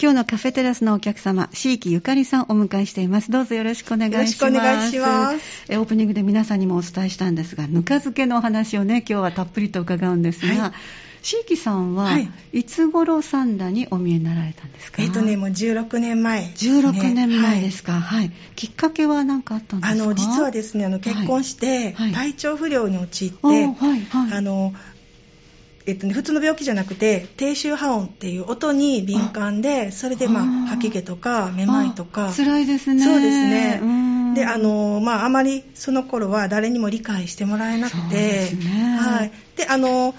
今日のカフェテラスのお客様、椎木ゆかりさんをお迎えしています。どうぞよろしくお願いします。よろしくお願いします。えオープニングで皆さんにもお伝えしたんですが、ぬか漬けのお話をね、今日はたっぷりと伺うんですが、はい椎木さんは、はい、いつ頃三田にお見えになられたんですかえっ、ー、とねもう16年前、ね、 16年前ですか、はい、はい、きっかけは何かあったんですかあの実はですねあの結婚して、はい、体調不良に陥って、あのえっとね、普通の病気じゃなくて低周波音っていう音に敏感でそれで、まあ、吐き気とかめまいとか辛いですねそうですねであの、まあ、あまりその頃は誰にも理解してもらえなくて、ね、はい、であの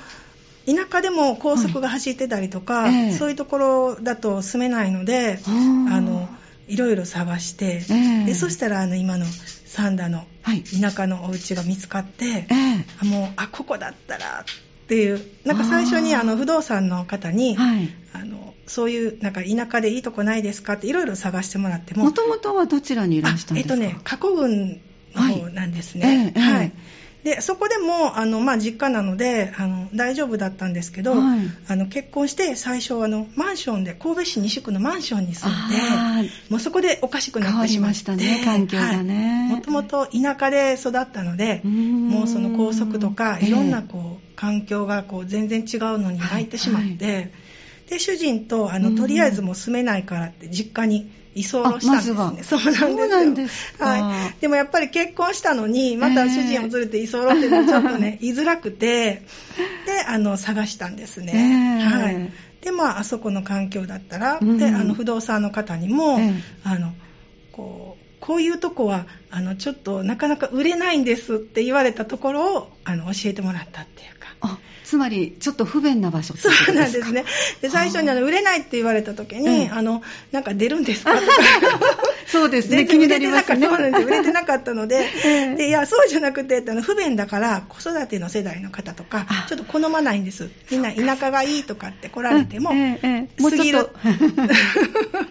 田舎でも高速が走ってたりとか、はいええ、そういうところだと住めないので、あのいろいろ探して、え、でそしたらあの今の三田の田舎のお家が見つかって、はい、もうあここだったらっていうなんか最初にあの不動産の方に、はい、あのそういうなんか田舎でいいとこないですかっていろいろ探してもらってももともとはどちらにいらしたんですかえっとね加古郡の方なんですねはいでそこでもあの、まあ、実家なのであの大丈夫だったんですけど、はい、あの結婚して最初あのマンションで神戸市西区のマンションに住んでもうそこでおかしくなってしまってね環境がね、はい、もともと田舎で育ったのでもうその高速とかいろんなこう、えー、環境がこう全然違うのに泣いてしまって、はいはい、で主人とあのとりあえずもう住めないからって実家に。居候したんですね、ま、そうなんですはい、でもやっぱり結婚したのにまた主人を連れて居候っていうの はちょっとね、えー、居づらくてであの探したんですね、えー、はいでまああそこの環境だったら、うん、であの不動産の方にも、えー、あのこうこういうとこはあのちょっとなかなか売れないんですって言われたところをあの教えてもらったっていうかあつまりちょっと不便な場所そうなんですねで最初にあの売れないって言われた時に、うん、あのなんか出るんですかとかそうです ね気になりますね売れてなかったので,えー、でいやそうじゃなくてあの不便だから子育ての世代の方とかちょっと好まないんですみんな田舎がいいとかって来られても、えーえー、もうちょっと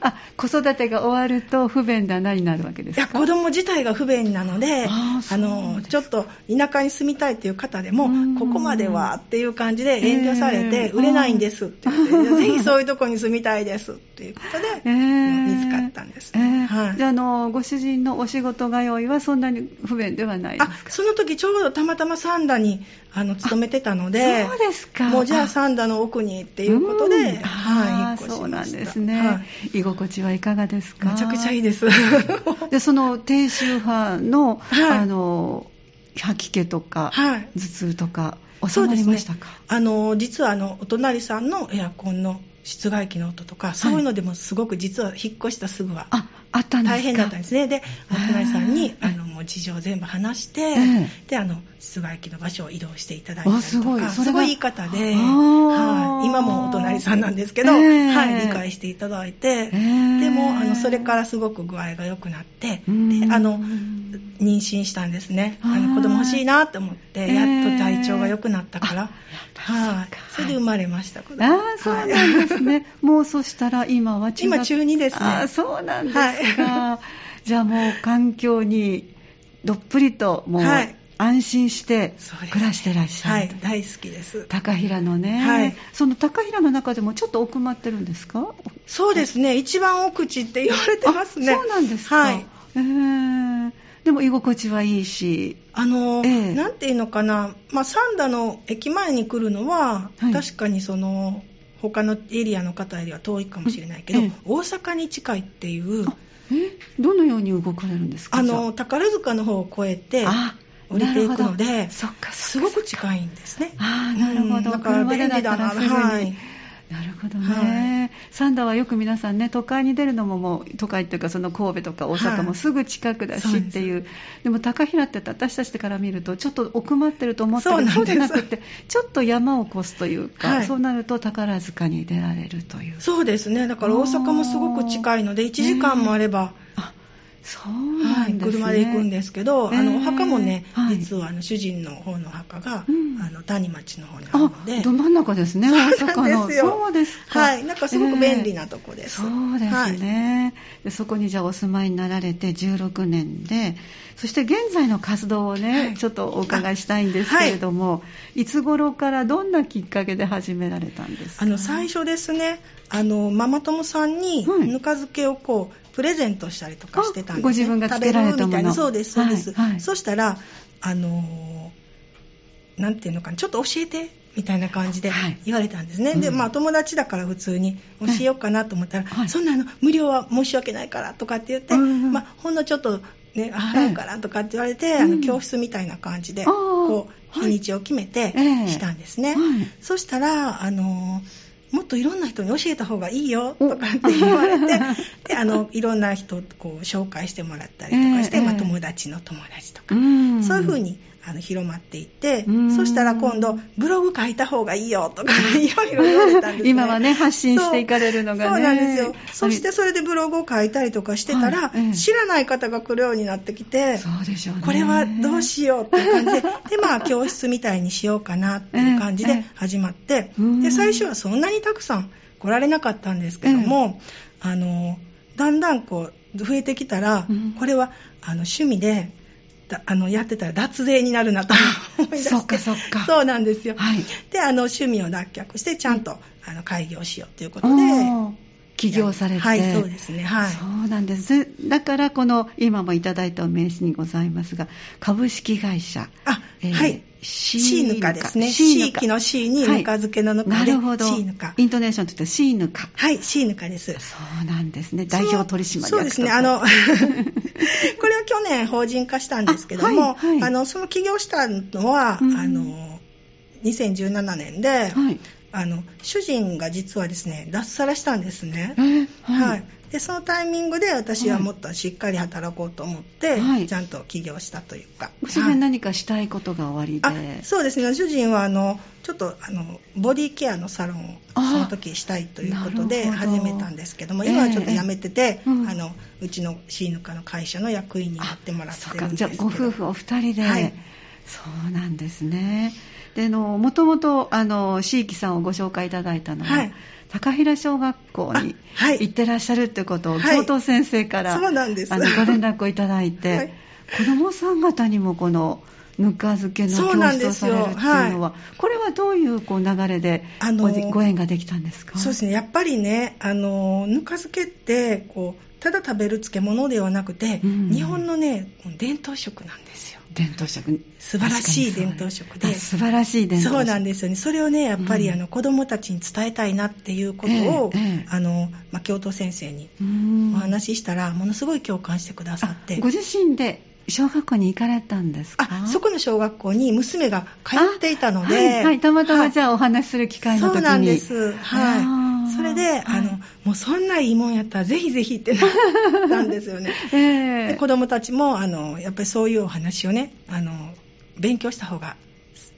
あ子育てが終わると不便だなになるわけですかいや子供自体が不便なのであのちょっと田舎に住みたいっていう方でもここまではっていう感じで遠慮されて売れないんですって言って、えー、ぜひそういうとこに住みたいですっていうこと で、えー、見つかったんです、ね、えー、はい、じゃあのご主人のお仕事が用意はそんなに不便ではないですかあその時ちょうどたまたま三田にあの勤めてたのでそうですか、もうじゃあ三田の奥にっていうことで、はいそうなんですね、はい、居心地はいかがですかめちゃくちゃいいですでその低周波の、はい、あの吐き気と か、はい、頭痛とか収まりましたか、ね、あの実はあのお隣さんのエアコンの室外機の音とか、はい、そういうのでもすごく実は引っ越したすぐは大変だったんですねでお隣さんに、えー、あのもう事情全部話して、えー、であの室外機の場所を移動していただいたりとかすごいすごいいい方で、はい、今もお隣さんなんですけど、えー、はい、理解していただいて、でもあのそれからすごく具合が良くなってであの妊娠したんですねあの子供欲しいなと思ってやっと体調が良くなったから、はい、それで生まれました、はい、ああそうなんですねもうそしたら今は中今中2ですねあそうなんですか、はい、じゃあもう環境にどっぷりともう、はい、安心して暮らしてらっしゃる、ね、はい、大好きです高平のね、はい、その高平の中でもちょっと奥まってるんですかそうですね一番奥地って言われてますねそうなんですか、はい、えーでも居心地はいいし。あの、ええ、なんていうのかな、まあ、三田の駅前に来るのは、はい、確かにその、他のエリアの方よりは遠いかもしれないけど、え、大阪に近いっていう。えどのように動かれるんですかあの、宝塚の方を越えて、降りていくので、そっか、すごく近いんですね。ああ、なるほど。うん、だから便利だな、はい。なるほどね、はい、サンダはよく皆さんね都会に出るのももう都会っていうかその神戸とか大阪もすぐ近くだしっていう,はい、で,でも高平って私たちから見るとちょっと奥まってると思ったけどそうじゃなくてちょっと山を越すというか、はい、そうなると宝塚に出られるというそうですねだから大阪もすごく近いので1時間もあれば。えーそうなんですね、はい、車で行くんですけど、えーあのお墓もね、はい実はあの主人の方のお墓が、うんあの谷町の方にあるあのでど真ん中ですね大阪のなんですよそうですかはい、なんかすごく便利ななとこです、そうですね、でそこにじゃあお住まいになられて16年でそして現在の活動をね、はいちょっとお伺いしたいんですけれども、い、つ頃からどんなきっかけで始められたんですかあの最初ですねあのママ友さんにはいぬか漬けをこうプレゼントしたりとかしてたあんです、ね、ご自分が作られたもの食べるみたいなそうですそうです、はいはいそしたらあのーなんていうのかなちょっと教えてみたいな感じではい言われたんですね、うんでまあ友達だから普通に教えようかなと思ったら、はいそんなの無料は申し訳ないからとかって言って、うんうんまあ、ほんのちょっと、ね、払うからとかって言われて、ええあうのん教室みたいな感じで、あーこうは日いにちを決めてええしたんですね、はいそしたら、あのもっといろんな人に教えた方がいいよとかって言 われてであのいろんな人をこう紹介してもらったりとかして、ええまあ、ええ友達の友達とか、うんそういうふうにあの広まっていって、うんそしたら今度ブログ書いた方がいいよとかいろいろ言われたんですね。今はね発信していかれるのがねそうなんですよそしあてそれでブログを書いたりとかしてたら、はいええ知らない方が来るようになってきてれそうでしょうねこれはどうしようっていう感じで、で、まあ、教室みたいにしようかなっていう感じええでええ始まって、うんで、最初はそんなにたくさん来られなかったんですけども、あの、だんだんこう、増えてきたらうん、これは、あの、趣味で、だあの、やってたら脱税になる なと思い出して。そっかそっかそうなんですよ。はいで、あの、趣味を脱却して、ちゃんと、あの、開業しようということで、おー起業されてはい、そうですね。はい。そうなんですだからこの今もいただいたお名刺にございますが株式会社あ、えーはい。シシーーヌヌカカですね。シーシヌーカキのシーにぬか漬けのぬかなで、るほど。シーヌカ。イントネーションとしてシーヌカ。はい、シーヌカです。そうなんですね。代表取締役とそうそうですね。あの、これは去年法人化したんですけども、ああ,、はいはいの、その起業したのは、うんあの、2017年で、はい。あの、主人が実はですね、脱サラしたんですね。えーははいい。、でそのタイミングで私はもっとしっかり働こうと思って、はいちゃんと起業したというか、ご主はい人何かしたいことがおありで。あそうですね主人はあのちょっとあのボディケアのサロンをそあの時したいということでなるほど始めたんですけどもええ今はちょっとやめてて、うんあのうちのシーヌカの会社の役員になってもらってそうるかんでじすけゃあどご夫婦お二人で、はいそうなんですねであのもともとあの椎木さんをご紹介いただいたのは、はい高平小学校にあはい行ってらっしゃるってことを、はい教頭先生からそうなんですあのご連絡をいただいて、 はい子どもさん方にもこのぬか漬けのそう教なん室でをすされよるっていうのはこれはどういうこう流れであのごじご縁ができたんですかそうですねやっぱりねあのぬか漬けってこうただ食べる漬物ではなくて、うん日本のね伝統食なんですよ伝統食素晴らしい伝統食であ素晴らしい伝統食そうなんですよね。それをね、やっぱり、うんあの子供たちに伝えたいなっていうことを、ええええあの、まあ、教頭先生にうーんお話ししたら、ものすごい共感してくださって。ご自身で小学校に行かれたんですかあ、そこの小学校に娘が通っていたので、はいはい、たまたまじゃゃあお話しする機会の時そにうなんです。あはい。ーそれで、あのはい、もうそんないいもんやったら、ぜひぜひってなったんですよね。えで え子供たちも、あの、やっぱりそういうお話をね、あの、勉強した方が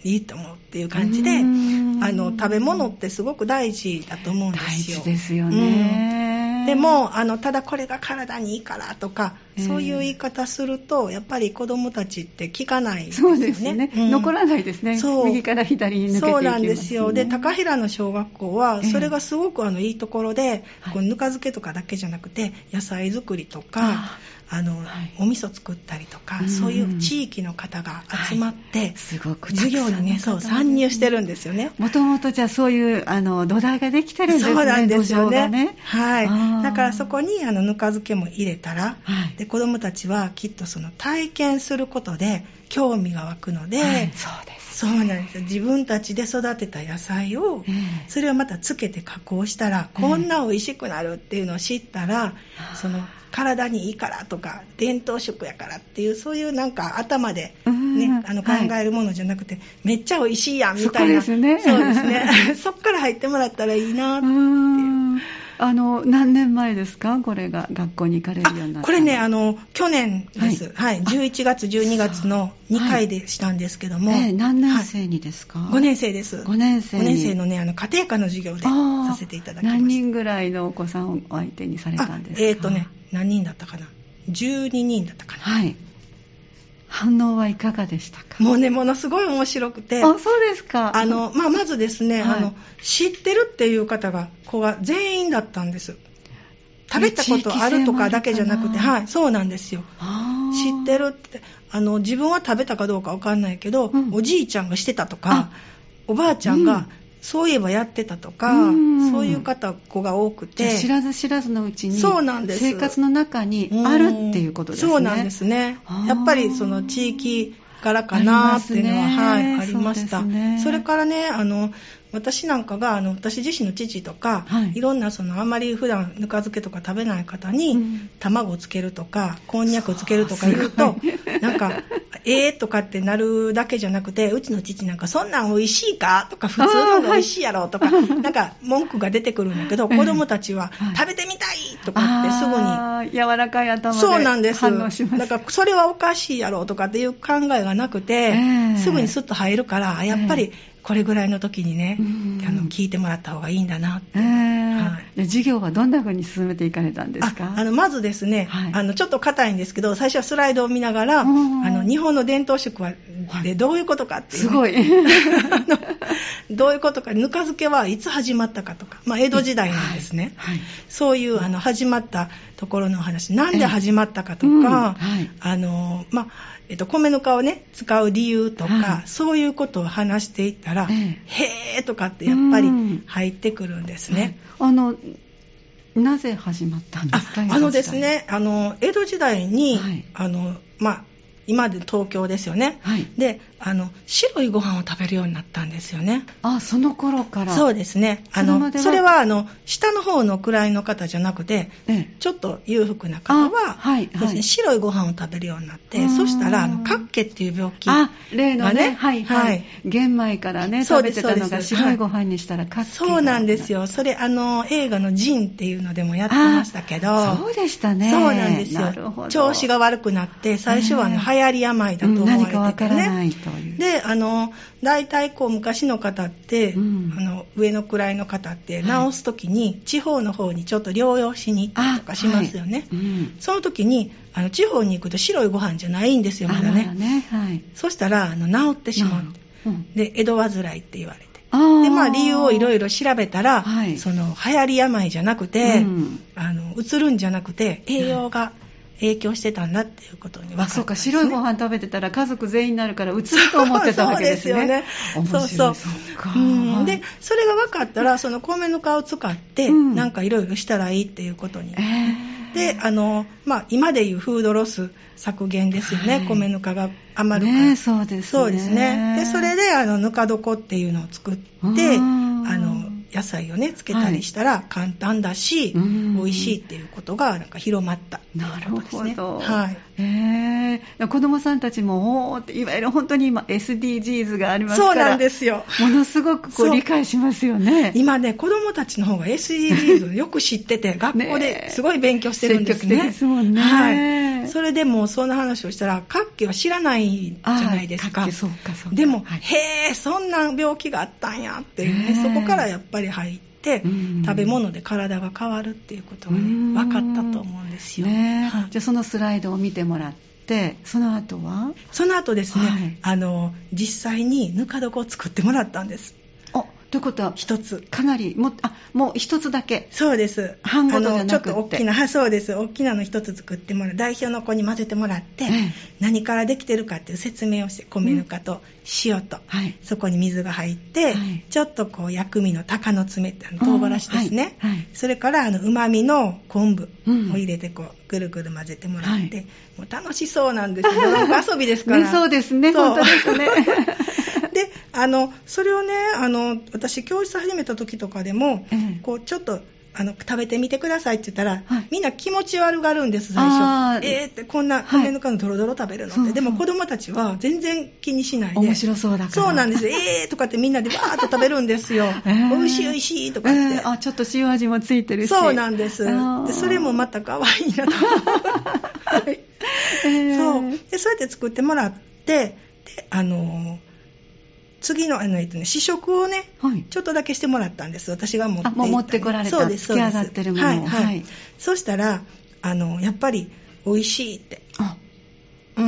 いいと思うっていう感じで、うーんあの食べ物ってすごく大事だと思うんで大すよ事。ですよね、うんでもあのただこれが体にいいからとか、ええそういう言い方するとやっぱり子供たちって聞かないですそよね。うですね、うん残らないですねそう右から左に抜けていきます、ね、そうなんですよ。で、高平の小学校は、ええそれがすごくあの、いいところで、はいこうぬか漬けとかだけじゃなくて、野菜作りとかあ、あの、はいお味噌作ったりとか、うんそういう地域の方が集まって、すごく授業にね、そう、参入してるんですよね。もともとじゃあそういうあの土台ができてるんですねそうなんです土よ壌がね。ねはあーい。だからそこにあのぬか漬けも入れたら、はいで子供たちはきっとその体験することで興味が湧くので、はいそうです、そうなんですよ。自分たちで育てた野菜をええそれをまたつけて加工したらええこんな美味しくなるっていうのを知ったら、その体にいいからとか伝統食やからっていうそういうなんか頭で、うんね、あの考はいえるものじゃなくて、めっちゃ美味しいやんみたいなそこですねそうです ね そっから入ってもらったらいいなっうーんあの何年前ですかこれが学校に行かれるようになったのこれね、あの、去年です。ははいい。11月、12月のそう2回でしたんですけども。ええ何年はい生にですか、 ?5 年生です。五年生に五のね、あの、家庭科の授業でああさせていただきました。何人ぐらいのお子さんを相手にされたんですかあえっ、とね、何人だったかな。 12人だったかな。はい反応はいかがでしたかもうね、ものすごい面白くて。あ、そうですか。あの、まあ、まずですね、はい、あの、知ってるっていう方が、子は全員だったんです。食べたことあるとかだけじゃなくて、はい、そうなんですよ。知ってるって、あの、自分は食べたかどうかわかんないけど、うん、おじいちゃんがしてたとか、おばあちゃんが、うん、そういえばやってたとか、うそういう方子が多くて知らず知らずのうちにそうなんです生活の中にあるっていうことですね、うん、そうなんですねやっぱりその地域からかなっていうのは、はい、ありましたそ,、ね、それからねあの私なんかがあの私自身の父とか、はい、いろんなそのあんまり普段ぬか漬けとか食べない方に、うん、卵をつけるとかこんにゃくをつけるとか言うとなんかええとかってなるだけじゃなくてうちの父なんかそんなん美味しいかとか普通のが美味しいやろとか、はい、なんか文句が出てくるんだけど子供たちは、食べてみたいとかってすにぐ柔らかい頭でそうなんです反応しますなんかそれはおかしいやろとかっていう考えがなくて、えー、すぐにスッと入るからやっぱり、えーこれぐらいの時にね、あの聞いてもらった方がいいんだなって、えーはい、授業はどんな風に進めていかれたんですかあのまずですね、はい、あのちょっと硬いんですけど最初はスライドを見ながらあの日本の伝統食はでどういうことかっていう、す ごいどういうことかぬか漬けはいつ始まったかとか、まあ、江戸時代なんですね、はい、そういうあの始まったところの話なんで始まったかとか、えーうん、あのまあえっと、米ぬかをね使う理由とか、はい、そういうことを話していったら、ええ、へーとかってやっぱり入ってくるんですね。はい、あのなぜ始まったんですかあのですねあの江戸時代に、はい、あのまあ今で東京ですよね、はい、であの白いご飯を食べるようになったんですよねあその頃からそうですねあのそれはあの下の方の位の方じゃなくて、ええ、ちょっと裕福な方は、はいはいね、白いご飯を食べるようになってそしたらあのカッケっていう病気あ例のね、ね、はいはい、玄米からね食べてたのが白いご飯にしたらカッケそうなんですよそれあの映画の「ジン」っていうのでもやってましたけどそうでしたねそうなんですよ調子が悪くなって最初はね、えー流行り病だと思われててね、うん、であの大体こう昔の方って、うん、あの上の位の方って治す時に地方の方にちょっと療養しに行ったりとかしますよね、はいうん、その時にあの地方に行くと白いご飯じゃないんですよまだね、ねはい、そしたらあの治ってしまう、で江戸患いって言われてでまあ、理由をいろいろ調べたら、はい、その流行り病じゃなくて、あのうつるんじゃなくて栄養が影響してたんだっていうことに分かった、ね、そうか白いご飯食べてたら家族全員になるからうつると思ってたわけですねそうですよねそうそうか、うん、でそれが分かったらその米ぬかを使って、うん、なんかいろいろしたらいいっていうことに、えー、であの、まあ、今でいうフードロス削減ですよね、はい、米ぬかが余るから、ね、そうですねそうですねでそれであのぬか床っていうのを作ってあの野菜をねつけたりしたら簡単だし、はい、美味しいっていうことがなんか広まったなるほど、はいえー、子どもさんたちもおっていわゆる本当に今 SDGs がありますからそうなんですよものすごくこう理解しますよね今ね子どもたちの方が SDGs をよく知っ てて学校ですごい勉強してるんですね、ですもんね、はいそれでもそんな話をしたら各家は知らないじゃないですかそうかそうかでも、はい、へえそんな病気があったんやっていうねそこからやっぱりぱり入って、食べ物で体が変わるっていうことが、ね、分かったと思うんですよ、ね、はい、じゃあそのスライドを見てもらってその後はその後ですね、はい、あの実際にぬか床を作ってもらったんですということは一つかなりもあもう一つだけそうです半ごとじゃなくてちょっと大きなそうです大きなの一つ作ってもらう代表の子に混ぜてもらって、うん、何からできてるかっていう説明をして米ぬかと塩と、うんはい、そこに水が入って、はい、ちょっとこう薬味の鷹の爪って唐辛子ですね、はい、それからうまみの昆布を入れてこう、うんぐるぐる混ぜてもらって、もう楽しそうなんですよ遊びですから、 ね、そうですね本当です ねであのそれをねあの私教室始めた時とかでも、うん、こうちょっとあの食べてみてくださいって言ったら、はい、みんな気持ち悪がるんです最初えー、ってこんな米ぬかのドロドロ食べるのって、はい、でも子供たちは全然気にしないで面白そうだからそうな んですえーとかってみんなでわーっと食べるんですよ、えー、美味しい美味しいとかって、えー、あちょっと塩味もついてるしそうなんですでそれもまた可愛い なと、はいえー、そうでそうやって作ってもらってであのー次のあの、ね、試食をね、はい、ちょっとだけしてもらったんです私が持って持ってこられたそうですそうですはいはい、はい、そしたらあのやっぱり美味しいってう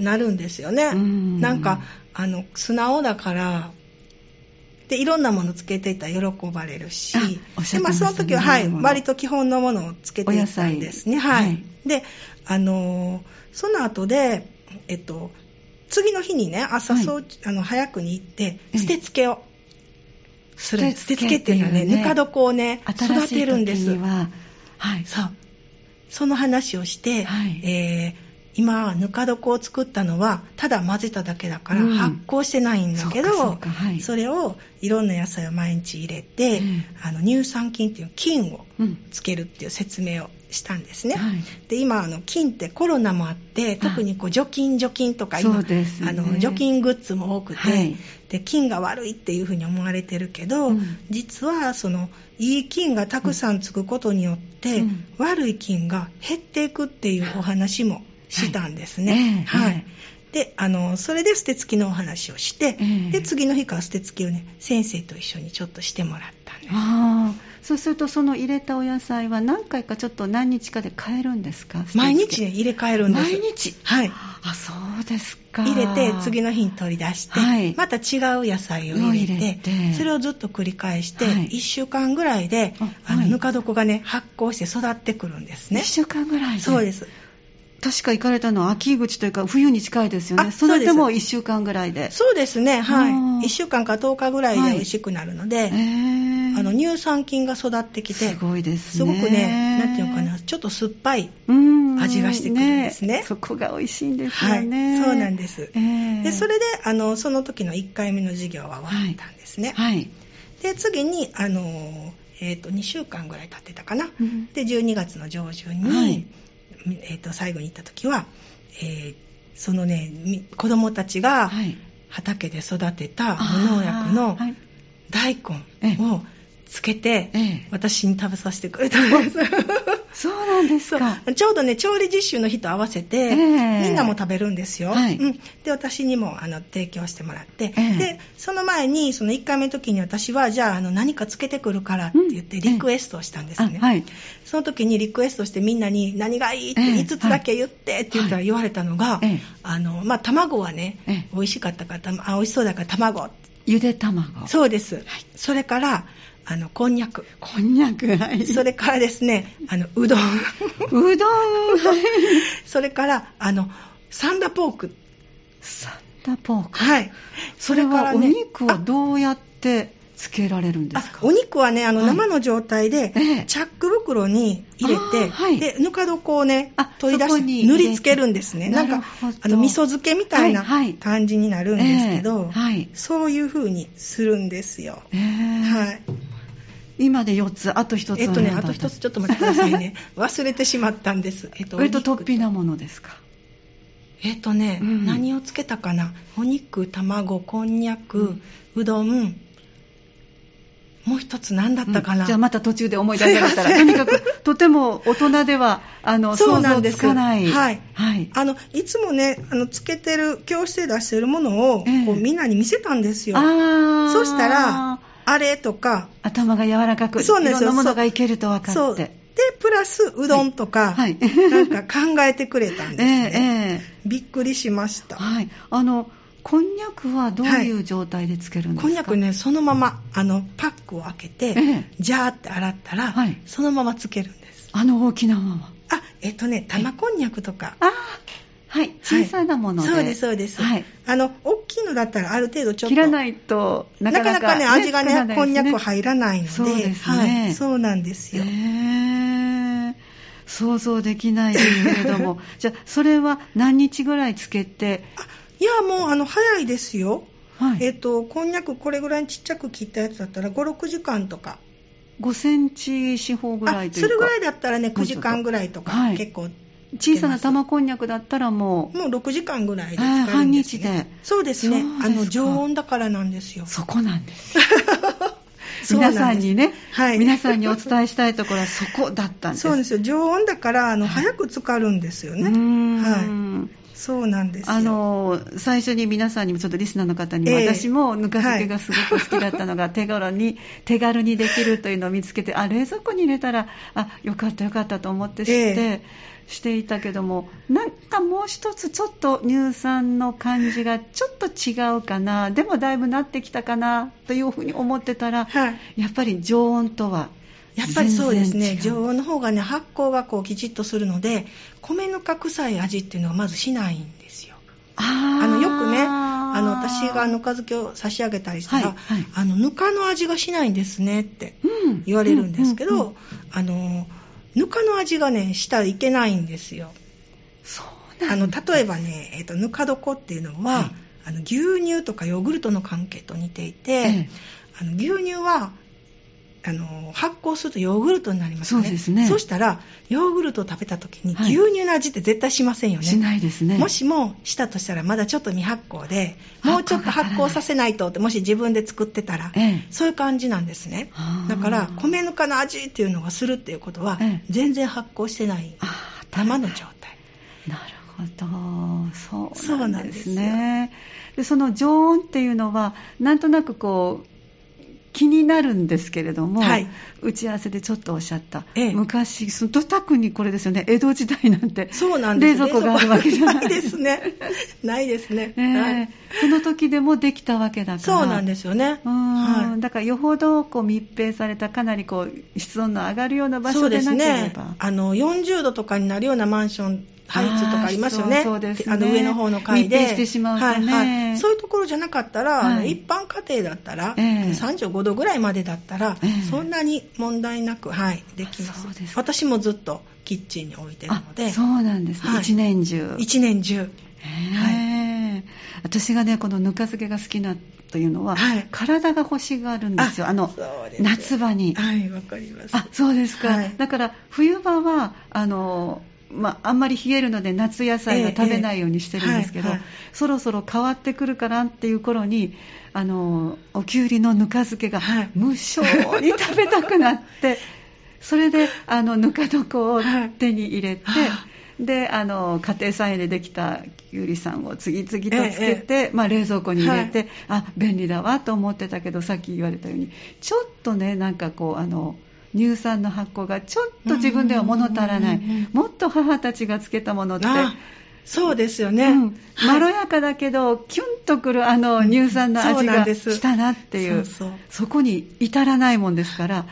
ん、なるんですよね、うんなんかあの素直だからでいろんなものつけていったら喜ばれるしあおっしゃってで、まあ、したそねの時は、はいろい、んなもの割と基本のものをつけていったんですねお野菜はい、はいであのーその後でえっと次の日にね朝はい早,、あの早くに行ってええ捨て付けをする捨捨て付てけ付けっってていいううののはねはねぬか床をね新育しいてるんです時には、はい、そうその話をして、はいえー今ぬか床を作ったのはただ混ぜただけだからうん発酵してないんだけど、そうかそうかはいそれをいろんな野菜を毎日入れて、うんあの乳酸菌っていう菌をうん、つけるっていう説明をしたんですね、はいで今あの菌ってコロナもあって特にこう除菌除菌とかそ今うですねあの除菌グッズも多くて、はいで菌が悪いっていうふうに思われてるけど、うん実はそのいい菌がたくさんつくことによって、うん悪い菌が減っていくっていうお話もしたんですね。はいはいええであのそれで捨て付きのお話をして、ええで次の日から捨て付きをね先生と一緒にちょっとしてもらったんです。あーそうするとその入れたお野菜は何回かちょっと何日かで買えるんですか毎日ね入れ替えるんです。毎日はい。あそうですか入れて次の日に取り出して、はいまた違う野菜を入れてを入れてそれをずっと繰り返して、はい1週間ぐらいでああのはいぬか床がね発酵して育ってくるんです1ね。週間ぐらいでそうです確か行かれたのは秋口というか冬に近いですよねあそれでそもう1週間ぐらいでそうですね、はい、あー1週間か10日ぐらいではい美味しくなるのえで、ーあの乳酸菌が育ってきてすごいですすねごくねなんていうのかなちょっと酸っぱい、うん味がしてくるんですねそこが美味しいんですはよい、そうね、なんです、えーでそれであのその時の1回目の授業は終わったんですね、はい、で次にあの、えー、と2週間ぐらい経ってたかな、うんで12月の上旬に、はいえー、と最後に行った時は、えーそのねみ子供たちがはい、畑で育てた無農薬あのーはい大根をつけてええ私に食べさせてくれたんです。 そうなんですかそうちょうどね調理実習の日と合わせて、ええみんなも食べるんですよ、はいうん、で私にもあの提供してもらって、ええでその前にその1回目の時に私はじゃああの何かつけてくるからって言ってうんええリクエストをしたんですね、あはいその時にリクエストしてみんなに何がいいってええ5つだけ言ってって言ったはらい言われたのが、ええあのまあ、卵はね、ええ美味しかったからたまあ美味しそうだから卵ゆで卵そうです、それからあのこんにゃくこんにゃくはいそれからですねあの うどんうどん はいそれから、あの、サンダポーク。サンダポークはい。それはおね肉はあどうやってつけられるんであすかお肉はね、あの、はい生の状態で、ええチャック袋に入れあーて、はいで、ぬか床をねあ、取り出そしこて、に入れ塗てりつけるんですね。なんなるかほど、あの、味噌漬けみたいなはいはい感じになるんですけど、ええはいそういう風にするんですよ。えーはい。今で4つあと1つえっとね、は何あとだた一つちょっと待ってください ね。忘れてしまったんです。えっと、割とお肉突飛なものですかえっとね、うん何をつけたかなお肉卵こんにゃく、うどんもう一つ何だったかうな、んじゃあまた途中で思い出された らとにかくとても大人ではあのそう想なん像でつすかないはいはいあのいつもねあのつけてる教室で出してるものを、ええこうみんなに見せたんですよあーそしたらあれとか頭が柔らかくそうなんでいすよろんなものがいけると分かってそうでプラスうどんとか、はいなんか考えてくれた ええんですね、ええびっくりしましたはいあのこんにゃくはどういう状態でつけるんですか、こんにゃくねそのままあのパックを開けて、ええジャーって洗ったら、はいそのままつけるんですあの大きなままあえっとね玉こんにゃくとかあーはい小さなもので、そうですそうです、はい、あの大きいのだったらある程度ちょっ切とらないとななかなかなか,、かね味が作らなねいですこんにゃく入らないのでそうですねはい、そうなんですよ、へー想像できないですけれど もじゃあそれは何日ぐらいつけて、いやもうあの早いですよ、はえい、っとこんにゃくこれぐらいにちっちゃく切ったやつだったら56時間とか5センチ四方ぐらいあというそかれぐらいだったらねもうちょ9っと時間ぐらいとか、はい結構小さな玉こんにゃくだったらもうもう6時間ぐらいであー使えるんです、ね、半日でそうですねそうですかあの常温だからなんですよそこなんですそう皆なんですさんにね、はい皆さんにお伝えしたいところはそこだったんですそうなんですよ常温だからあの早く浸かるんですよすね、うーん、はそうなんですあの最初に皆さんにもちょっとリスナーの方にも、ええ私もぬか漬けがすごく好きだったのが、 手頃に手軽にできるというのを見つけてあ冷蔵庫に入れたらあよかったよかったと思ってして、えしていたけどもなんかもう一つちょっと乳酸の感じがちょっと違うかなでもだいぶなってきたかなというふうに思ってたら、はいやっぱり常温とはやっぱりそうです全然ね違う常温の方がね発酵がこうきちっとするので米ぬか臭い味っていうのはまずしないんですよあーあのよくねあの私がぬか漬けを差し上げたりしたら、はいはいあのぬかの味がしないんですねってうん言われるんですけど、ううんうんあのぬかの味がねしたらいけないんですよそうなあんだの例えばね、えっとぬか床っていうのは、はいあの牛乳とかヨーグルトの関係と似ていて、ええあの牛乳はあの発酵するとヨーグルトになりますよねそうですねそしたらヨーグルトを食べた時にはい牛乳の味って絶対しませんよね、しないですねもしもしたとしたらまだちょっと未発酵で発酵がもうちょっと発酵させないとってもし自分で作ってたら、ええそういう感じなんですねあーだから米ぬかの味っていうのがするっていうことは、ええ全然発酵してないあー生の状態なるほどそそううななんんでですすよねでその常温っていうのはなんとなくこう気になるんですけれども、はい打ち合わせでちょっとおっしゃった、ええ昔その土宅にこれですよね江戸時代なんてそうなんです冷蔵庫があるわけじゃない冷蔵庫はないですねないですね、はねいえその時でもできたわけだからそうなんですよねうーんだからよほどこう密閉されたかなりこう室温の上がるような場そ所うでですなけれねば、あの40度とかになるようなマンション配置とかありますよねあーそうそうですねあの上の方の階で密閉してしまうとねはいはい、そういうところじゃなかったら、はいあの一般家庭だったら、ええ35度ぐらいまでだったら、ええそんなに問題なく、はい、できまあそうですすか私もずっとキッチンに置いてるあのでそうなんですね、はい一年中1年中へえ私がねこのぬか漬けが好きなというのは、はい体が欲しがるんですよあのそうです夏場に、はいわかりますあそうですか、はいだから冬場はあのまあ、あんまり冷えるので夏野菜は食べないようにしてるんですけど、ええええはいはいそろそろ変わってくるからっていう頃にあのおきゅうりのぬか漬けがはい無性に食べたくなって、 それであのぬか床を手に入れて、はいはであの家庭菜園でできたきゅうりさんを次々とつけて、まあ、冷蔵庫に入れて、あ便利だわと思ってたけどさっき言われたようにちょっとねなんかこうあの乳酸の発酵がちょっと自分では物足らなういんうんうんうんもっと母たちがつけたものって、あそうですよね、うんはいまろやかだけどキュンとくるあの乳酸のそう味なんがですしたなっていう,、そうそうこに至らないもんですから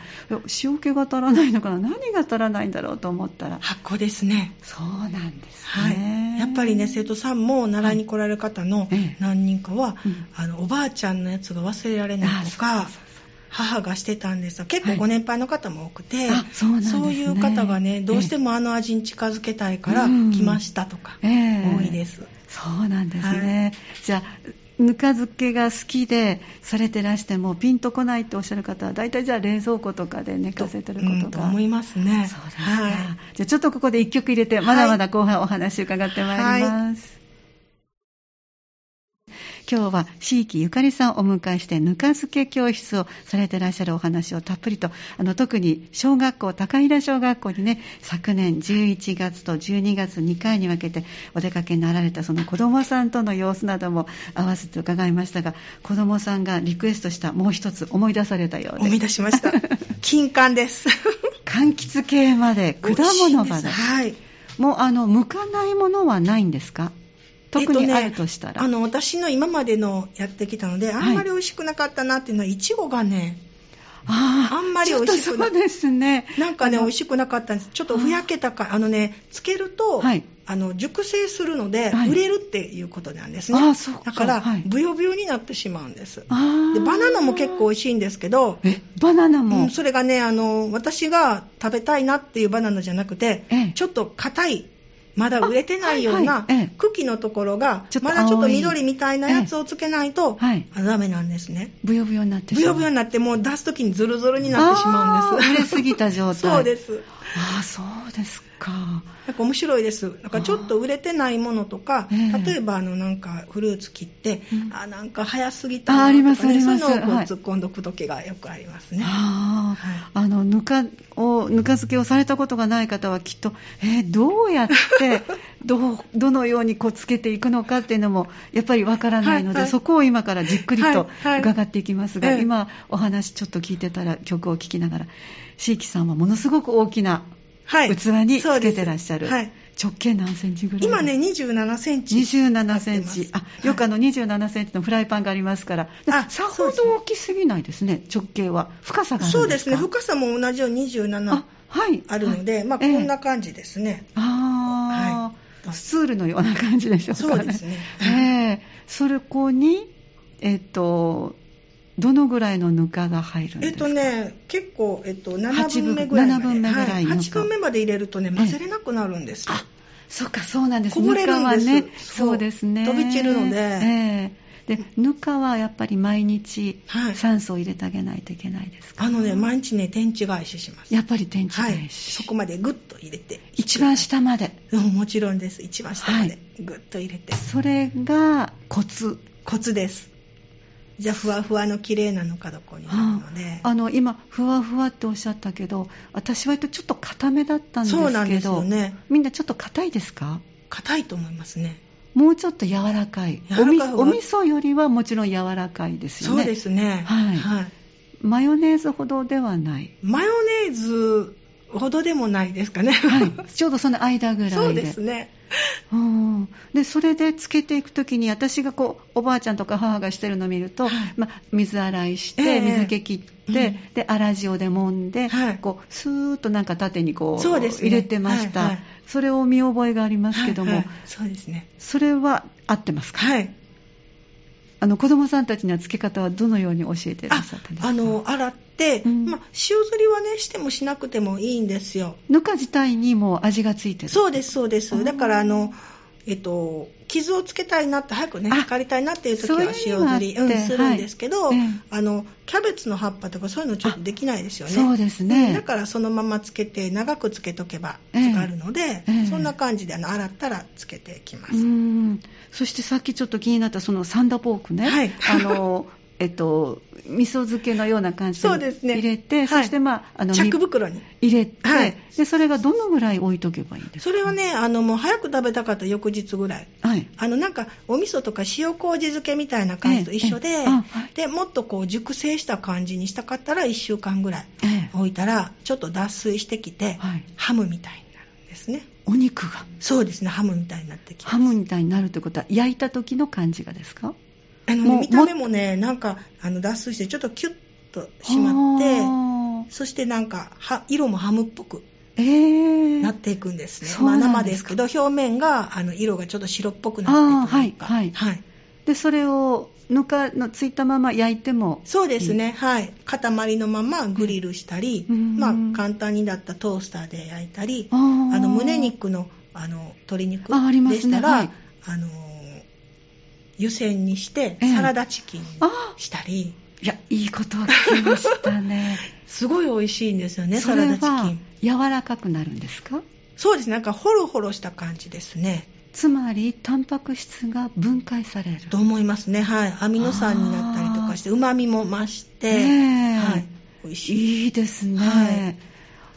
塩気が足らないのかな何が足らないんだろうと思ったら発酵ですねそうなんですね、はい、やっぱりね生徒さんも習いに来られる方のええ何人かは、うんあのおばあちゃんのやつが忘れられないとあかそうそう母がしてたんですが結構はいご年配の方も多くて、あそうなんですねいう方がねどうしてもあの味に近づけたいからうん来ましたとか、ええ多いです、そうなんですね、じゃあぬか漬けが好きでされてらしてもピンとこないっておっしゃる方は大体じゃあ冷蔵庫とかで寝かせてるうんこととが、思いますねそうですか、はい、じゃあちょっとここで1曲入れてはいまだまだ後半お話伺ってまいります、今日は椎木ゆかりさんをお迎えしてぬか漬け教室をされてらっしゃるお話をたっぷりとあの特に小学校高平小学校にね昨年11月と12月2回に分けてお出かけになられたその子どもさんとの様子なども合わせて伺いましたが子どもさんがリクエストしたもう一つ思い出されたよう思いで出しました 金柑です柑橘系まで 果美物味しいんまですで。はいもうあの向かないものはないんですか特えっにねあるとしたら、あの私の今までのやってきたのであんまり美味しくなかったなっていうのは、イチゴがねあーあんまり美味しくちょなっとそうですねなんかねあの美味しくなかったんですちょっとふやけたかあのねつけると、はいあの熟成するので、はい売れるっていうことなんですねああそうかだから、はいブヨブヨになってしまうんですであーバナナも結構美味しいんですけど、えバナナうも、んそれがねあの私が食べたいなっていうバナナじゃなくて、ええちょっと硬いまだ売れてないようあはないはいええ茎のところが、ちょっとまだちょっと青い緑みたいなやつをつけないと、はいあダメなんですねブヨブヨになってブしまヨうブヨになってもう出す時にズルズルになってしまうんですあー売れすぎた状態 そうですああそうですかなんか面白いですなんかちょっと売れてないものとかええ例えばあのなんかフルーツ切って、うんあなんか早すぎあたありまなすとか、ね、ありそうまいすうのをこうはい突っ込んどく時がよくありますね、あはいああの ぬかをぬか漬けをされたことがない方はきっと、えーどうやってどうどのようにこうつけていくのかっていうのもやっぱりわからないので、はいはいそこを今からじっくりとはいはい伺っていきますが、ええ今お話ちょっと聞いてたら曲を聴きながら椎木さんはものすごく大きなはい器につけてらっしゃる、そうですはい直径何センチぐらい今ね27センチ27センチ合あってますよくあの27センチのフライパンがありますから、あさほど大きすぎないですね直径は深さがあそるうんでですすかね深さも同じように27あはいあるので、はいまあ、こええんな感じですね、ああ、はいスツールのような感じでしょうかね。そうですねええそれこに、えっと、どのぐらいのぬかが入るんでえすっかとね結構、えっと、八分7分目ぐらいまで七分目ぐらいのはい、8分目まで入れるとねええ混ぜれなくなるんですよ、あそうか、そうなんです。こぼれるんでぬすかはね、そうそうですね。飛び散るのでええで、ぬかはやっぱり毎日、はい酸素を入れてあげないといけないですかあのね毎日ね天地返ししますやっぱり天地は返い、し、そこまでぐっと入れて一番下まで。うんもちろんです一番下まはでぐっと入れて、それがコツ。コツですじゃあふわふわの綺麗なぬか床になるのであの今ふわふわっておっしゃったけど私は割とちょっと固めだったんですけどそうなんですよねみんなちょっと硬いですか硬いと思いますねもうちょっと柔らかい柔らかい方がおみお味噌よりはもちろん柔らかいですよそうねですねはいマヨネーズほどではない、マヨネーズほどでもないですかね、 はい、ちょうどその間ぐらいでそうですねうんでそれでつけていくときに私がこうおばあちゃんとか母がしてるのを見ると、はいまあ、水洗いして、ええ水気切って、うんで粗塩で揉んで、はいこうスーッとなんか縦にこうそうですね入れてました、はいはいそれを見覚えがありますけども、はいはいそうですねそれは合ってますかはいあの子供さんたちにはつけ方はどのように教えていらあっしゃったんですかあの洗って、うんまあ、塩ずりはねしてもしなくてもいいんですよぬか自体にもう味がついてるそうですそうであーすだからあのえっと傷をつけたいなって早くねあ光りたいなっていう時はそういうの塩があっずてり、うん、するんですけど、はいええあのキャベツの葉っぱとかそういうのちょっとできないですよねそうですね、うんだからそのままつけて長くつけとけばええつかるので、ええそんな感じであの洗ったらつけていきます、うんそしてさっきちょっと気になったそのサンダーポークね、はいあの えっと味噌漬けのような感じでそうですね入れて、はいそしてまああのみ着袋に入れて、はいでそれがどのぐらい置いとけばいいんですかそれはねあのもう早く食べたかった翌日ぐらいはいあのなんかお味噌とか塩麹漬けみたいな感じと一緒で、ええええあはいでもっとこう熟成した感じにしたかったら1週間ぐらいええ置いたらちょっと脱水してきて、はいハムみたいになるんですねお肉がそうですねハムみたいになってきてハムみたいになるってことは焼いた時の感じがですかあのねもう見た目もねなんかあの脱水してちょっとキュッとしまってあそしてなんかは色もハムっぽくーええなっていくんですね、そうなんですかまあ、生ですけど表面があの色がちょっと白っぽくなっていくとあかーはいはい、でそれをぬかのついたまま焼いてもそうですね、はい塊のままグリルしたり、うんまあ、簡単にだったらトースターで焼いたり、あーあの胸肉のあの鶏肉あありますねでしたらはいあのー湯煎にしてええサラダチキンにあしたり、いやいいことを聞きましたねすごい美味しいんですよ ねそサれラダチキはン柔らかくなるんですかそうですねなんかホロホロした感じですねつまりタンパク質が分解されると思いますねはいアミノ酸になったりとかしてうまみも増して、ねえはい、美味しいいいですね、はい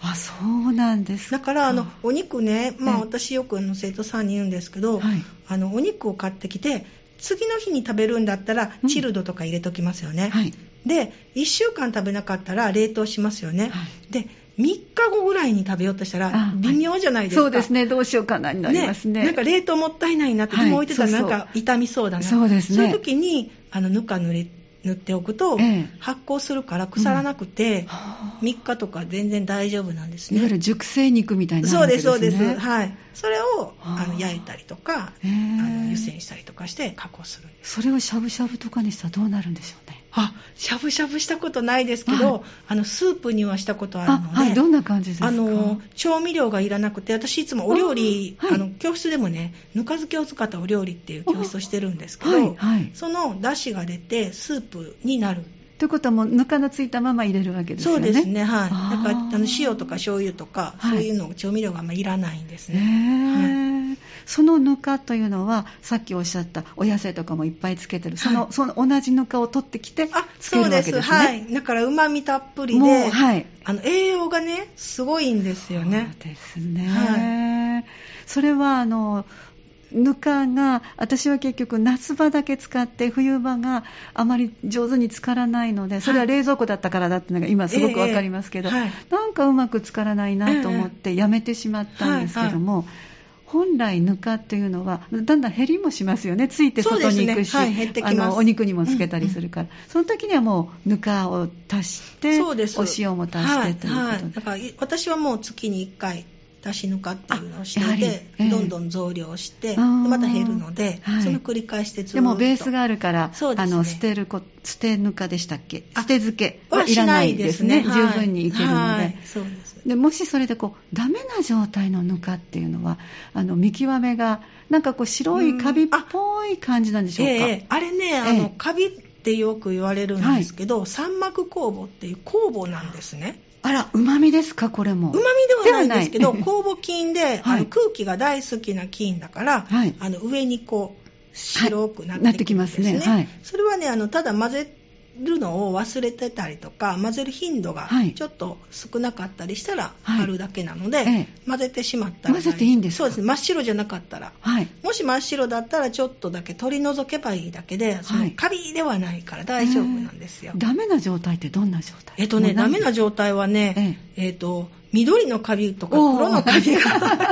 あそうなんですだからあのお肉ね、まえあ、え私よくあの生徒さんに言うんですけど、はいあのお肉を買ってきて次の日に食べるんだったらうんチルドとか入れときますよね、はいで1週間食べなかったら冷凍しますよね、はで3日後ぐらいに食べようとしたあら微妙じゃないですか、そうですねどうしようかなになりますねなんか冷凍もったいないなって、はいでも置いてたらそなうんそうか痛みそうだなそうですねそういう時にあのぬか塗り塗っておくと、ええ発酵するから腐らなくて、はあ3日とか全然大丈夫なんですいねわゆる熟成肉みたいになそうるんでですすねそうです、はい、それをああーの焼いたりとか、へえあの湯煎したりとかして加工するんですそれをしゃぶしゃぶとかにしたらどうなるんでしょうねあしゃぶしゃぶしたことないですけど、はあのスープにはしたことあるあのであ,、はいどんな感じですかの調味料がいらなくて私いつもお料理ああ、ーはいの教室でもねぬか漬けを使ったお料理っていう教室をしてるんですけど、はいはいその出汁が出てスープになるということはもうぬかのついたまま入れるわけですそようねですねはいあーだからあの塩とか醤油とか、はいそういうの調味料があんまいらないんですへね、えそのぬかというのはさっきおっしゃったお野菜とかもいっぱいつけてるその,、はいその同じぬかを取ってきてあつけるそわうけでですすねはいだからうまみたっぷりもうで、はいあの栄養がねすごいんですよねそうですね、はそれはあのぬかが私は結局夏場だけ使って冬場があまり上手に浸からないのでそれは冷蔵庫だったからだってのが今すごくわかりますけど、はいええはい、なんかうまく浸からないなと思ってやめてしまったんですけども。はいはい本来ぬかっていうのはだんだん減りもしますよねついて外に行くし、ねはい、あのお肉にもつけたりするから、うんうん、その時にはもうぬかを足してお塩も足してということで、はいはい、だから私はもう月に1回足しぬかっていうのをしてて、えー、どんどん増量してまた減るので、その繰り返してずっとでもベースがあるから、ね、あの捨てるこ捨てぬかでしたっけ捨て漬けはいらないですね、ね、十分にいけるので,、そうですでもしそれでこうダメな状態のぬかっていうのはあの見極めがなんかこう白いカビっぽい感じなんでしょうか、うんあ,えー、あれねあの、えー、カビってよく言われるんですけど、はい、三膜酵母っていう酵母なんですねあら、うまみですか、これも。うまみではないんですけど、酵母 菌で、はい、あの空気が大好きな菌だから、はい、あの上にこう、白くなって,、ねはい、きますね、はい。それはね、あのただ混ぜるのを忘れてたりとか、混ぜる頻度がちょっと少なかったりしたら、あるだけなので、ええ、混ぜてしまったら。混ぜていいんですそうですね、真っ白じゃなかったら。もし真っ白だったら、ちょっとだけ取り除けばいいだけで、そのカビではないから大丈夫なんですよ。えー、ダメな状態ってどんな状態えっとね、ダメな状態はね、えー、えー、と、緑のカビとか黒のカビが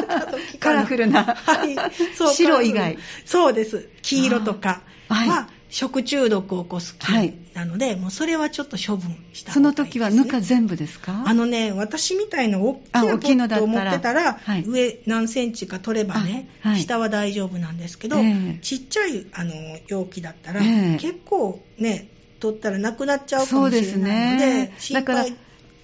カラフルな、はい、そう白以外そうです黄色とかは食中毒を起こす菌なので、はい、もうそれはちょっと処分した、ね、その時はぬか全部ですかあのね私みたいな大きなポットを持ってたら、はい、上何センチか取ればね、下は大丈夫なんですけど、えー、ちっちゃいあの容器だったら、えー、結構ね取ったらなくなっちゃうかもしれないのでで、ね、心配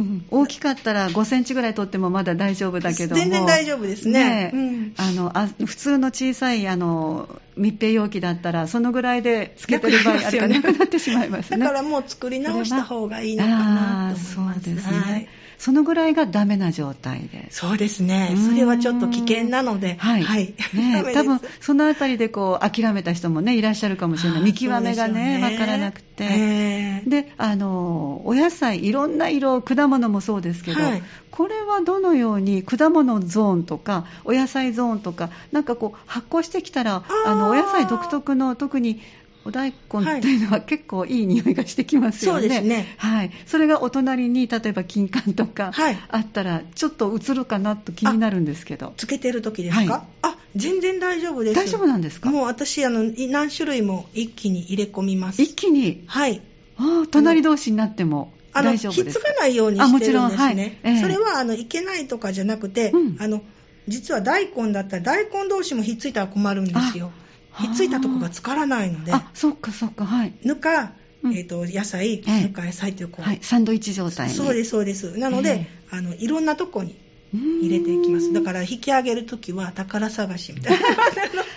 うん、大きかったら5センチぐらい取ってもまだ大丈夫だけど全然大丈夫ですね、ねうん、あのあ普通の小さいあの密閉容器だったらそのぐらいでつけてる場合あるかなくなってしまいますねだからもう作り直した方がいいのかなと思いますそうですね、はい、そのぐらいがダメな状態でそうですねそれはちょっと危険なのではい、はい、ね、多分そのあたりでこう諦めた人もねいらっしゃるかもしれない見極めがねわ、ね、からなくて、えー、であのお野菜いろんな色果物もそうですけど、はい、これはどのように果物ゾーンとかお野菜ゾーンとかなんかこう発酵してきたらあのお野菜独特の特にお大根っていうのは結構いい匂いがしてきますよね。そうですね。はい。それがお隣に例えば金柑とかあったらちょっと映るかなと気になるんですけど。つけてる時ですか？はい、あ、全然大丈夫です。大丈夫なんですか？もう私あの何種類も一気に入れ込みます。一気に。はい。あ隣同士になっても。あの、ひっつかないようにしてるんですね。はいえー、それは、あの、いけないとかじゃなくて、うん、あの、実は大根だったら、大根同士もひっついたら困るんですよ。ひっついたとこがつからないので。あ、そっかそっか、はい。、ぬか、えっ、ー、と、野菜、うん、ぬか野菜というこう、はいサンドイッチ状態そうです、そうです。なので、えー、あの、いろんなとこに入れていきます。だから、引き上げるときは、宝探しみたいな。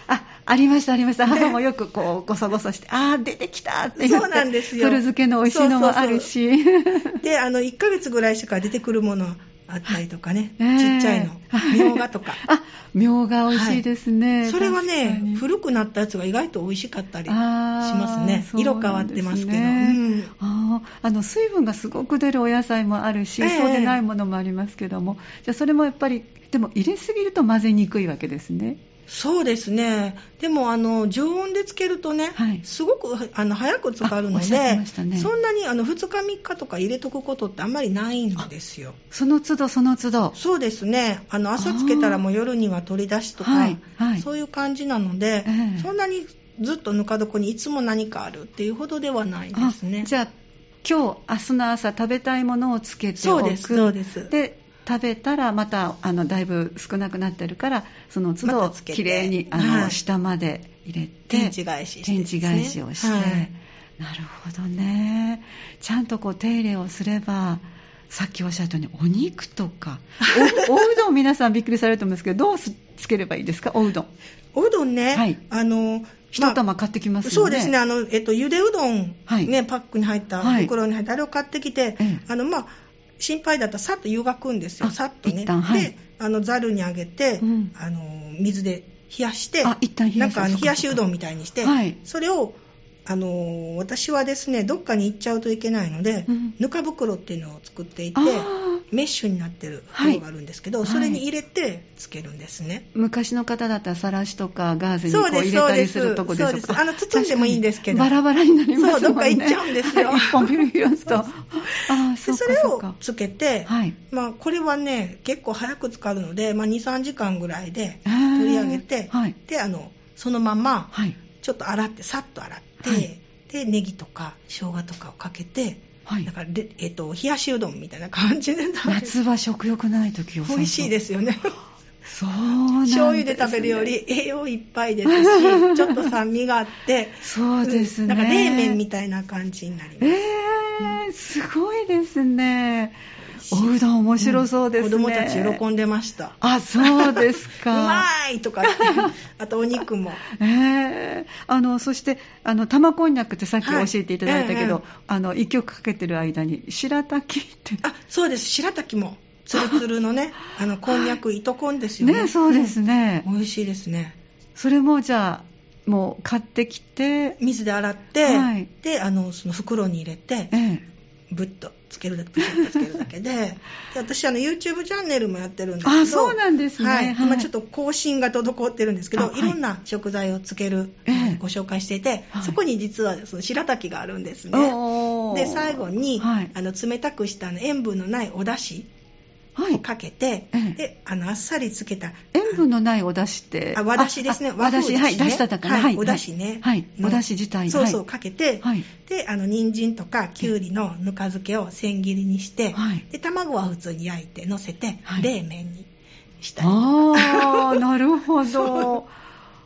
あありましたありました、ね、母もよくこうごそごそしてああ出てきたって言そうなんですよ古漬けの美味しいのもあるし であの1ヶ月ぐらいしか出てくるものあったりとかね、えー、ちっちゃ いのみょうがとかあみょうが美味しいですね、はい、それはね古くなったやつが意外と美味しかったりしますね、ね、色変わってますけど、うん、ああの水分がすごく出るお野菜もあるし、えー、そうでないものもありますけどもじゃあそれもやっぱりでも入れすぎると混ぜにくいわけですねそうですね。でも、あの、常温でつけるとね、はい、すごく、あの、早く浸かるので、ね、そんなに、あの、2日3日とか入れとくことってあんまりないんですよ。その都度、その都度。そうですね。あの、朝つけたらもう夜には取り出しとか、はいはい、そういう感じなので、えー、そんなにずっとぬか床にいつも何かあるっていうほどではないですね。じゃあ、今日、明日の朝食べたいものをつけておく。そうです、そうです。で食べたらまたあのだいぶ少なくなってるからその都度きれいに、ま、あの、はい、下まで入れて天地返しして、ね、天地返しをして、はい、なるほどねちゃんとこう手入れをすればさっきおっしゃったようにお肉と かおうどん皆さんびっくりされると思うんですけどどうつければいいですかおうどんおうどんね、はい、あの一玉買ってきます、ねまあ、そうですねあの、えっと、ゆでうどん、ねパックに入った袋に入った、あれを買ってきて、あのまあ心配だったらさっと湯がくんですよ、さっとね。はい、で、あの、ざるにあげて、うん、あの、水で冷やして、なんかあの冷やしうどんみたいにして、はい、それを、あの、私はですね、どっかに行っちゃうといけないので、うん、ぬか袋っていうのを作っていて、メッシュになってる袋があるんですけど、はいそれに入れてつけるんですね。昔の方だったらさらしとかガーゼにこそううで入す、れそうたでりす。すそるとこでうしょでうす。かあの、包んでもいいんですけど。バラバラになりますもんねそうどっか行っちゃうんですよはい一本ピュンピュンとああでそうそかれそうをかつけて、はいまあ、これはね結構早く使うので、まあ、23時間ぐらいでへー取り上げて、はいであのそのままはいちょっと洗ってさっと洗って、はいでネギとか生姜とかをかけて、はいだからで、えっと冷やしうどんみたいな感じで食べる夏は食欲ない時を美味しいですよねそうなんですね醤油で食べるより栄養いっぱいですしちょっと酸味があってそうですねなんか冷麺みたいな感じになります、えー、すごいですねおうどん面白そうですね、子供たち喜んでましたあそうです うかまーいとかってあとお肉もえー、あのそしてあの玉こんにゃくってさっきはい教えていただいたけど、ええあの一曲かけてる間に白滝ってあそうです白滝もつるつるのねあのこんにゃく糸こんですよねねそうですね、美味しいですねそれもじゃあもう買ってきて、水で洗って、はいであのその袋に入れてええぶっとつけるだけぶっとつけるだ けでで私あの YouTube チャンネルもやってるんですけどあそうなんですねはいはい今ちょっと更新が滞ってるんですけど、あはいい、ろんな食材をつける、ええご紹介していて、はいそこに実はその白滝があるんですねおーで最後に、はいあの冷たくしたあの塩分のないお出汁はをい、かけて、ええであのあっさりつけた塩分のないお出汁ってあ和だしですねああ和和風だですしねはい出したから、はいはい、お出汁ねはい、のお出汁自体そうそうはかけて、い、はいであの人参とかきゅうりのぬか漬けを千切りにして、はいで卵は普通に焼いてのせて、はい冷麺にしたりああなるほど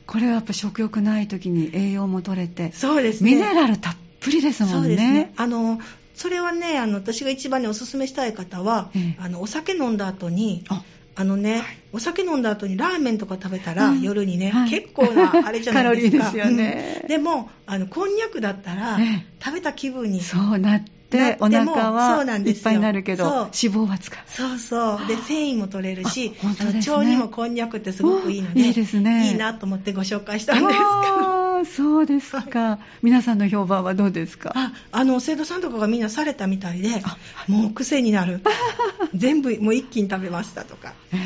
これはやっぱ食欲ない時に栄養も取れてそうですねミネラルたっぷりですもそうんですねねあのそれはねあの私が一番におすすめしたい方は、ええあのお酒飲んだ後にああのね、お酒飲んだ後にラーメンとか食べたら、うん夜にね、はい結構なあれじゃな カロいですかリーですよねうんでもあのこんにゃくだったら、え食べた気分にそうなっなっててもお腹そはうなんいでっすよぱいになるけどそう脂肪は使うそうそうで繊維も取れるしあ本当あのですね腸にもこんにゃくってすごくいいのでおいいですねいいなと思ってご紹介したんですけどあーそうですか皆さんの評判はどうですか ああの生徒さんとかがみんなされたみたいであもう癖に なる全部もう一気に食べましたとかへ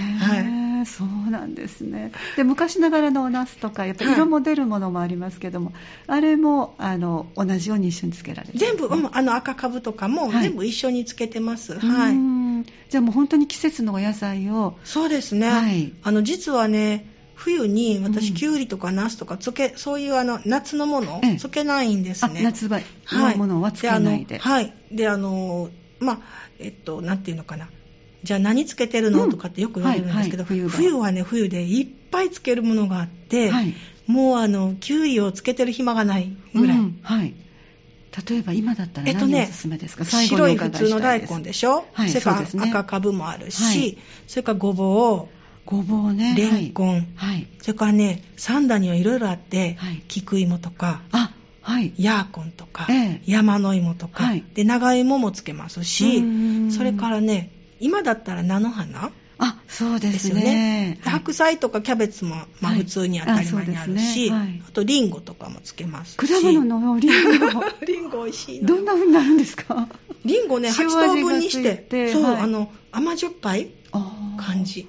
ーそうなんですねで昔ながらのお茄子とかやっぱ色も出るものもありますけども、あれもあの同じように一緒につけられる全部、うん、あの赤かぶとかもはい全部一緒につけてます、はういんじゃあもう本当に季節のお野菜をそうですね、はいあの実はね冬にう私んきゅうりとかナスとかつけそういうあの夏のものええつけないんですあね夏場のものはつけないで,、あのはい。で、あの、まあ、えっと、なんていうのかな。じゃあ何つけてるの、うんとかってよく言われるんですけど、はいはい冬冬はね、冬でいっぱいつけるものがあって、はいもうあの、キュウリをつけてる暇がないぐらい。うんはい、例えば今だったらえっと何ねおすすめですか、最後白にいお伺普い通のしたい大です根でしょ、はいそれからそうですね赤かぶもあるし、はいそれからごぼごぼうう、ねれんこん、はい、はい、それからね、三段にはいろいろあって、はい菊芋とか、あはいヤーコンとか、ええ山の芋とか、はいで長芋もつけますし、うんそれからね今だったら菜の花あそうでですすよねねで白菜とかキャベツも、まはあ、い普通に当たり前にああるし、あそうですねはいとリンゴとかもつけますし果物のリンゴ リンゴ美味しいどんなな風になるんですかリンゴね8塩味等分にしてがついてそう、はいあの甘じょっぱいあー感じ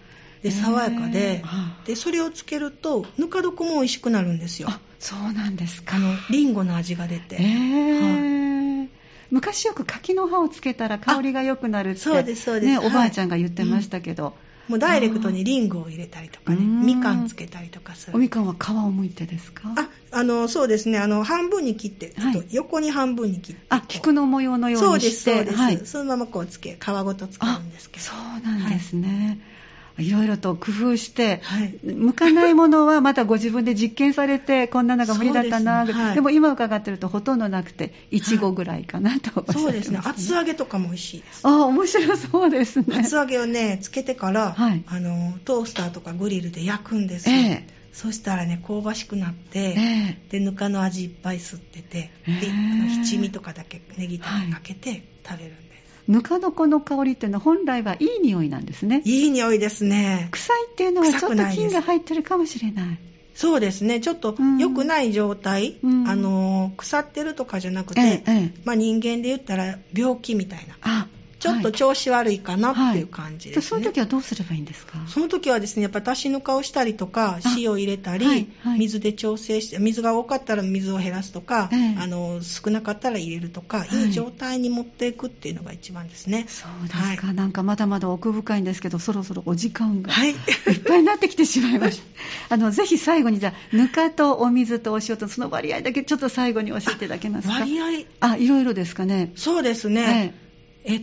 へでー爽やかであでそれをつけるとぬか床も美味しくなるんですよあそうなんですかあのリンゴの味が出て、えー昔よく柿の葉をつけたら香りが良くなるってそうですそうですね、はいおばあちゃんが言ってましたけど、もうダイレクトにリンゴを入れたりとかね、うんみかんつけたりとかすおる。みかんは皮を剥いてですかあ、あの、そうですね、あの、半分に切って、ちょはっいと横に半分に切って。あ菊の模様のよそううにです、しそうてです、はいそのままこうつけ、皮ごと使うんですけど。そうなんですね、い、ろいろと工夫して、はい向かないものはまたご自分で実験されてこんなのが無理だったなそうですねはいでも今伺ってるとほとんどなくていちごぐらいかなとおっしゃってまそうですね、厚あ揚げとかも美味しいです。面白そうですね厚揚げをね、つけてから、はいあの、トースターとかグリルで焼くんですえよ。えそしたらね、香ばしくなって、えで、ぬかの味いっぱい吸ってて、で、ええあの七味とかだけ、ネギとかかけて食べるんです。えぬか床の香りっていうのは本来はいい匂いなんですねいい匂いですね。臭いっていうのはちょっ臭くとないです菌が入ってるかもしれないそうですね、ちょっとうん良くない状態、うんあの腐ってるとかじゃなくて、ええええまあ、人間で言ったら病気みたいな、あちちょっと調子悪いかなっていう感じですね、その時はどうすればいいんですかその時はですねやっぱり足しぬかをしたりとか塩を入れたり、はいはい、水で調整して水が多かったら水を減らすとか、ええ、あの少なかったら入れるとか、はい、い,い状態に持っていくっていうのが一番ですねそうですか、はい、なんかまだまだ奥深いんですけどそろ そろお時間がいっぱいになってきてしまいましたあのぜひ最後にじゃあぬかとお水とお塩とその割合だけちょっと最後に教えていただけますか割合あいろいろですかねそうですね、ええ、えっ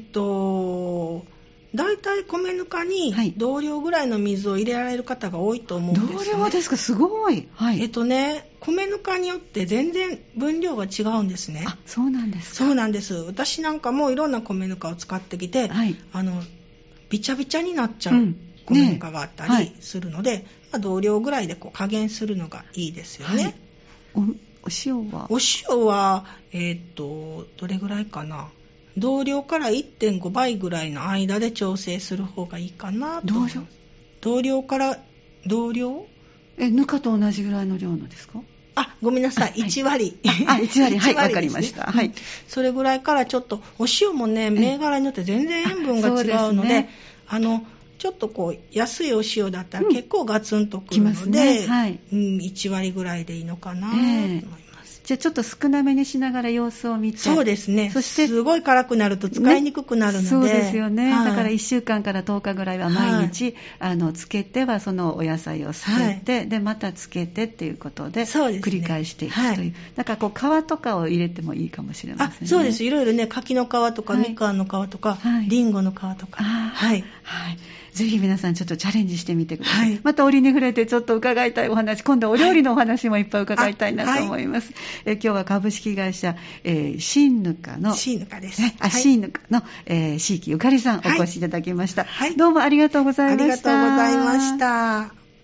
と大体米ぬかに同量ぐらいの水を入れられる方が多いと思うんですよ、ね、同量ですかすごい、はい、えっとね米ぬかによって全然分量が違うんですねあそうなんですそうなんです私なんかもいろんな米ぬかを使ってきて、はい、あのびちゃびちゃになっちゃう、うん米ぬかがあったりするので、ねはい、まあ、同量ぐらいでこう加減するのがいいですよね、お塩はお塩はえっ、ー、とどれぐらいかな同量から1.5倍ぐらいの間で調整する方がいいかなと同量同量から同量えぬかと同じぐらいの量のですかあごめんなさい、1割あ、はい、1割はいわ、ね、かりました、はい、それぐらいからちょっとお塩もね銘柄によって全然塩分が違うので、ね、あのちょっとこう安いお塩だったら結構ガツンとくるので、うん、ねはいうん、1割ぐらいでいいのかなと思います、えーじゃあちょっと少なめにしながら様子を見てそうですねそしてすごい辛くなると使いにくくなるので、ね、そうですよね、はい、だから1週間から10日ぐらいは毎日、はい、あのつけてはそのお野菜をすくって、はい、でまたつけてっていうことで繰り返していくという、ね、だからこう皮とかを入れてもいいかもしれませんねそうですいろいろね柿の皮とかみかんの皮とか、りんごの皮とかはい、はいぜひ皆さんちょっとチャレンジしてみてください。はい、また折に触れてちょっと伺いたいお話、今度はお料理のお話もいっぱい伺いたいなと思います。はい、え今日は株式会社、えー、シンヌカの、シンヌカです。ね、あ、はい、シンヌカの、えー、シーキゆかりさんお越しいただきました。どうもありがとうございました。ありがとうございました。